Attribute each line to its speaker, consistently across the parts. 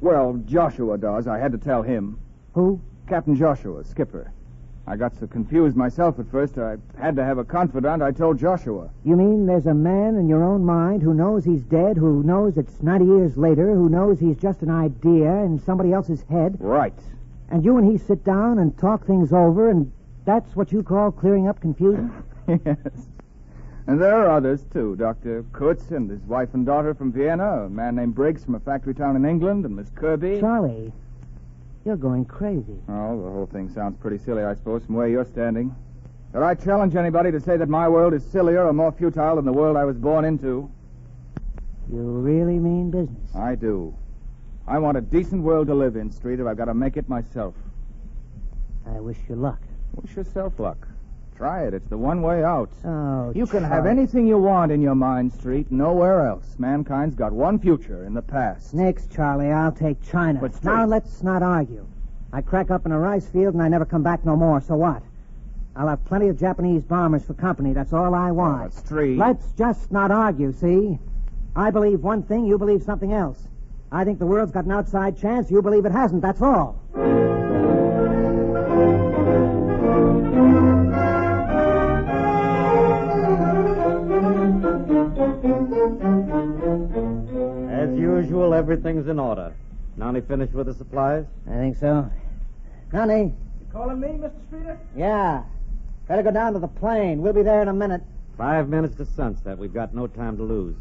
Speaker 1: Well, Joshua does. I had to tell him.
Speaker 2: Who?
Speaker 1: Captain Joshua, skipper. I got so confused myself at first, I had to have a confidant. I told Joshua.
Speaker 2: You mean there's a man in your own mind who knows he's dead, who knows it's 90 years later, who knows he's just an idea in somebody else's head,
Speaker 1: Right.
Speaker 2: and you and he sit down and talk things over, and that's what you call clearing up confusion?
Speaker 1: yes. And there are others, too. Dr. Kurtz and his wife and daughter from Vienna, a man named Briggs from a factory town in England, and Miss Kirby.
Speaker 2: Charlie, you're going crazy.
Speaker 1: Oh, the whole thing sounds pretty silly, I suppose, from where you're standing. But I challenge anybody to say that my world is sillier or more futile than the world I was born into.
Speaker 2: You really mean business.
Speaker 1: I do. I want a decent world to live in, Street, if I've got to make it myself.
Speaker 2: I wish you luck.
Speaker 1: Wish yourself luck. Try it. It's the one way out.
Speaker 2: Oh,
Speaker 1: you can have
Speaker 2: Charlie.
Speaker 1: anything you want in your mind, Street. Nowhere else. Mankind's got one future in the past.
Speaker 2: Next, Charlie, I'll take China.
Speaker 1: But straight-
Speaker 2: now let's not argue. I crack up in a rice field and I never come back no more, so what? I'll have plenty of Japanese bombers for company. That's all I
Speaker 3: Oh,
Speaker 2: want.
Speaker 1: but Street.
Speaker 2: Let's just not argue, see? I believe one thing, you believe something else. I think the world's got an outside chance, you believe it hasn't, that's all.
Speaker 3: As usual, everything's in order. Now he finished with the supplies?
Speaker 2: I think so. Nani?
Speaker 1: Calling me, Mr. Streeter?
Speaker 2: Yeah. Better go down to the plane. We'll be there in a minute.
Speaker 3: Five minutes to sunset. We've got no time to lose.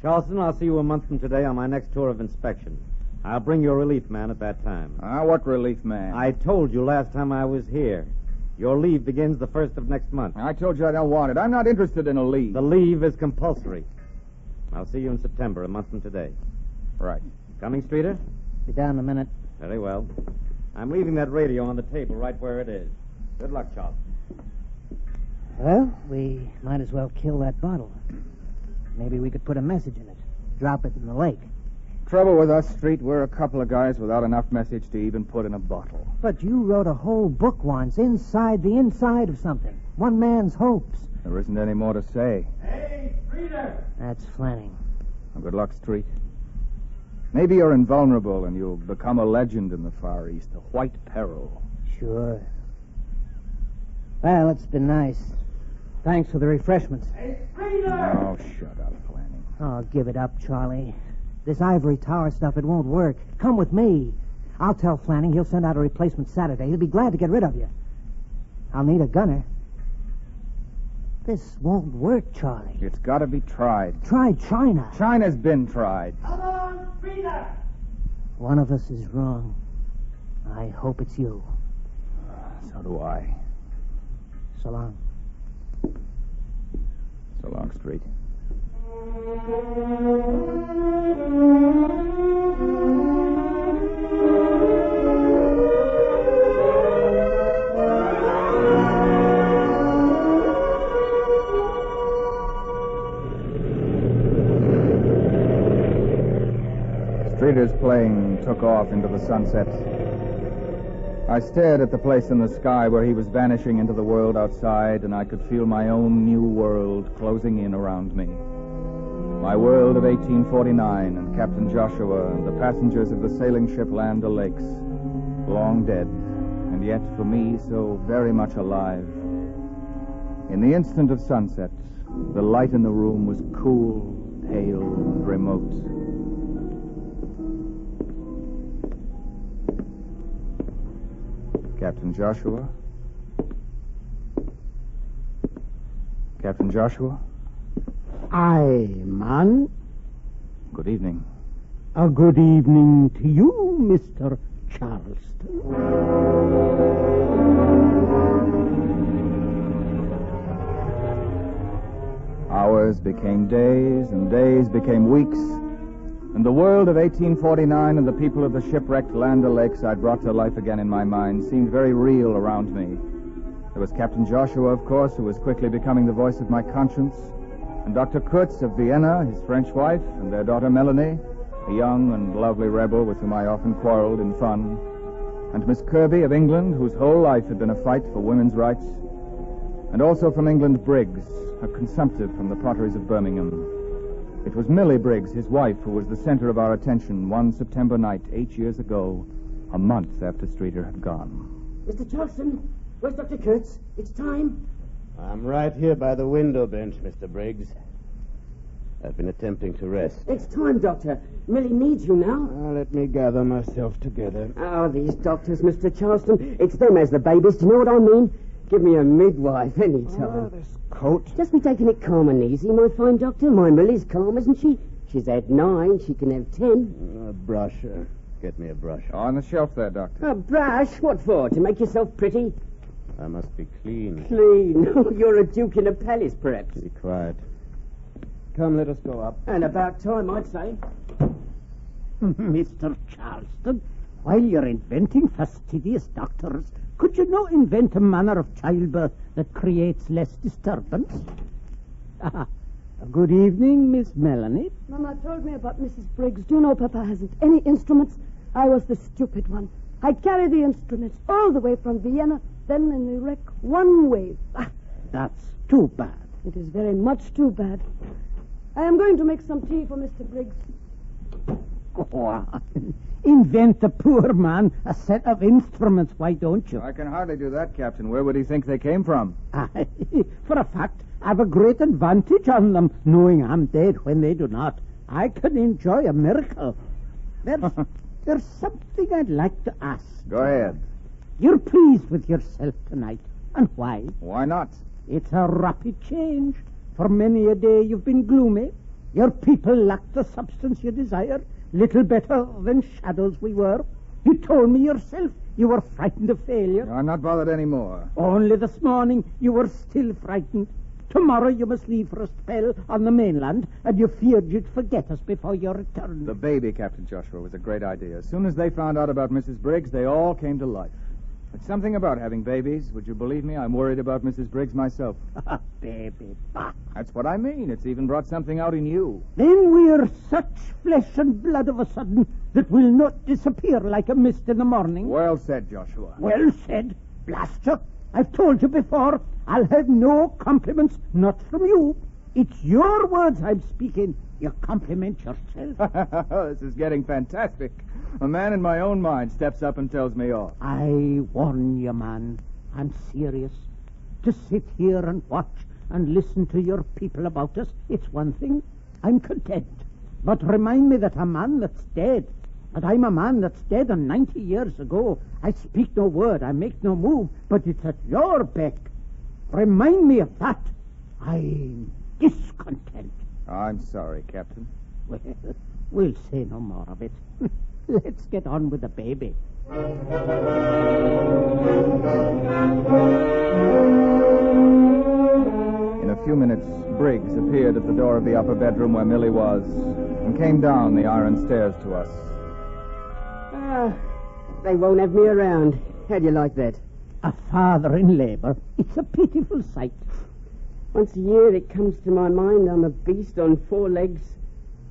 Speaker 3: Charleston, I'll see you a month from today on my next tour of inspection.
Speaker 4: I'll bring you a relief man at that time.
Speaker 1: Ah, what relief, man?
Speaker 4: I told you last time I was here. Your leave begins the first of next month.
Speaker 1: I told you I don't want it. I'm not interested in a leave.
Speaker 4: The leave is compulsory. I'll see you in September, a month from today.
Speaker 1: Right.
Speaker 4: Coming, Streeter?
Speaker 5: Be down in a minute.
Speaker 4: Very well. I'm leaving that radio on the table right where it is. Good luck, Charles.
Speaker 5: Well, we might as well kill that bottle. Maybe we could put a message in it. Drop it in the lake.
Speaker 1: Trouble with us, Street, we're a couple of guys without enough message to even put in a bottle.
Speaker 5: But you wrote a whole book once, inside the inside of something. One man's hopes.
Speaker 1: There isn't any more to say.
Speaker 5: That's Flanning.
Speaker 1: Well, good luck, Street. Maybe you're invulnerable and you'll become a legend in the Far East, the White Peril.
Speaker 5: Sure. Well, it's been nice. Thanks for the refreshments.
Speaker 1: Oh, shut up, Flanning.
Speaker 5: Oh, give it up, Charlie. This ivory tower stuff, it won't work. Come with me. I'll tell Flanning he'll send out a replacement Saturday. He'll be glad to get rid of you. I'll need a gunner. This won't work, Charlie.
Speaker 1: It's got to be tried.
Speaker 5: Try China.
Speaker 1: China's been tried.
Speaker 5: One of us is wrong. I hope it's you.
Speaker 1: Ah, So do I.
Speaker 5: So long.
Speaker 1: So long, Street. Streeter's plane took off into the sunsets. I stared at the place in the sky where he was vanishing into the world outside, and I could feel my own new world closing in around me. My world of 1849 and Captain Joshua and the passengers of the sailing ship Land O'Lakes, long dead, and yet for me so very much alive. In the instant of sunset, the light in the room was cool, pale, and remote. Captain Joshua? Captain Joshua?
Speaker 2: Aye, man.
Speaker 1: Good evening.
Speaker 2: A good evening to you, Mr. Charleston.
Speaker 1: Hours became days, and days became weeks. And the world of 1849 and the people of the shipwrecked Land O'Lakes I brought to life again in my mind seemed very real around me. There was Captain Joshua, of course, who was quickly becoming the voice of my conscience, and Dr. Kurtz of Vienna, his French wife, and their daughter Melanie, a young and lovely rebel with whom I often quarreled in fun, and Miss Kirby of England, whose whole life had been a fight for women's rights, and also from England Briggs, a consumptive from the potteries of Birmingham. It was Millie Briggs, his wife, who was the center of our attention one September night eight years ago, a month after Streeter had gone.
Speaker 6: Mr. Charleston, where's Dr. Kurtz? It's time.
Speaker 4: I'm right here by the window bench, Mr. Briggs. I've been attempting to rest.
Speaker 6: It's time, Doctor. Millie needs you now.
Speaker 4: Now, let me gather myself together.
Speaker 6: Oh, these doctors, Mr. Charleston. It's them as the babies. Do you know what I mean? Give me a midwife any time.
Speaker 2: Ah.
Speaker 4: this coat.
Speaker 6: Just be taking it calm and easy, my fine doctor. My Millie's calm, isn't she? She's had nine. She can have ten.
Speaker 4: A brush. uh, get me a brush.
Speaker 1: On the shelf there, Doctor.
Speaker 6: A brush? What for? To make yourself pretty?
Speaker 4: I must be clean.
Speaker 6: Clean. Oh, you're a duke in a palace, perhaps.
Speaker 4: Be quiet. Come, let us go up.
Speaker 6: And about time, I'd say.
Speaker 2: Mr. Charleston, while you're inventing fastidious doctors, could you not invent a manner of childbirth that creates less disturbance? Ah, good evening, Miss Melanie.
Speaker 7: Mama told me about Mrs. Briggs. Do you know Papa hasn't any instruments? I was the stupid one. I carried the instruments all the way from Vienna, then in the wreck one way. Ah,
Speaker 2: That's too bad.
Speaker 7: it is very much too bad. I am going to make some tea for Mr. Briggs.
Speaker 2: Oh, invent the poor man a set of instruments, why don't you?
Speaker 1: I can hardly do that, Captain. Where would he think they came from?
Speaker 2: Aye, for a fact, I've a great advantage on them, knowing I'm dead when they do not. I can enjoy a miracle. There's, there's something I'd like to ask.
Speaker 1: Go ahead.
Speaker 2: You're pleased with yourself tonight, and why?
Speaker 1: Why not?
Speaker 2: It's a rapid change. For many a day you've been gloomy. Your people lack the substance you desire,
Speaker 7: Little better than shadows we were. You told me yourself you were frightened of failure.
Speaker 1: I'm not bothered anymore.
Speaker 7: Only this morning you were still frightened. Tomorrow you must leave for a spell on the mainland, and you feared you'd forget us before your return.
Speaker 1: The baby, Captain Joshua, was a great idea. As soon as they found out about Mrs. Briggs, they all came to life. It's something about having babies. Would you believe me? I'm worried about Mrs. Briggs myself.
Speaker 7: baby, bah.
Speaker 1: That's what I mean. It's even brought something out in you.
Speaker 7: Then we're such flesh and blood of a sudden that we'll not disappear like a mist in the morning.
Speaker 1: Well said, Joshua.
Speaker 7: Well said, Blaster. I've told you before, I'll have no compliments, not from you. It's your words I'm speaking. You compliment yourself.
Speaker 1: this is getting fantastic. A man in my own mind steps up and tells me off.
Speaker 7: I warn you, man. I'm serious. To sit here and watch and listen to your people about us, it's one thing. I'm content. But remind me that a man that's dead, that I'm a man that's dead and 90 years ago. I speak no word, I make no move, but it's at your beck. Remind me of that. I'm discontent.
Speaker 1: I'm sorry, Captain.
Speaker 7: Well, we'll say no more of it. Let's get on with the baby.
Speaker 1: In a few minutes, Briggs appeared at the door of the upper bedroom where Millie was and came down the iron stairs to us.
Speaker 6: Ah, they won't have me around. How do you like that?
Speaker 7: A father in labor. It's a pitiful sight.
Speaker 6: Once a year it comes to my mind I'm a beast on four legs,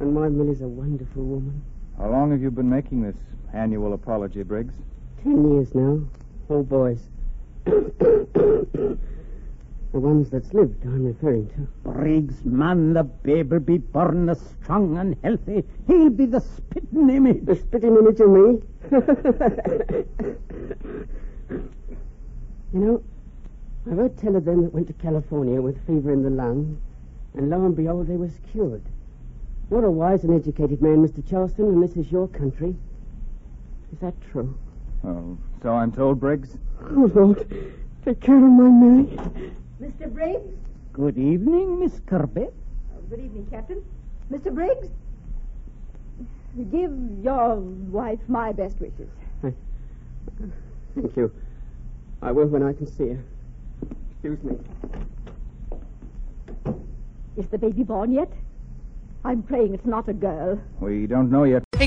Speaker 6: and my Millie's a wonderful woman.
Speaker 1: How long have you been making this annual apology, Briggs?
Speaker 6: Ten years now. All boys. the ones that's lived, I'm referring to.
Speaker 7: Briggs, man, the baby'll be born as strong and healthy. He'll be the spitting image.
Speaker 6: The spitting image of me. you know, I wrote tell of them that went to California with fever in the lung, and lo and behold, they was cured. What a wise and educated man, Mr. Charleston, and this is your country. Is that true?
Speaker 1: Oh, so I'm told, Briggs.
Speaker 6: Oh, Lord, take care of my Millie.
Speaker 8: Mr. Briggs?
Speaker 7: Good evening, Miss Kirby.
Speaker 8: Oh, good evening, Captain. Mr. Briggs? Give your wife my best wishes.
Speaker 6: Thank you. I will when I can see her. Excuse me.
Speaker 8: Is the baby born yet? I'm praying it's not a girl.
Speaker 1: We don't know yet.
Speaker 9: Hey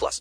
Speaker 10: plus.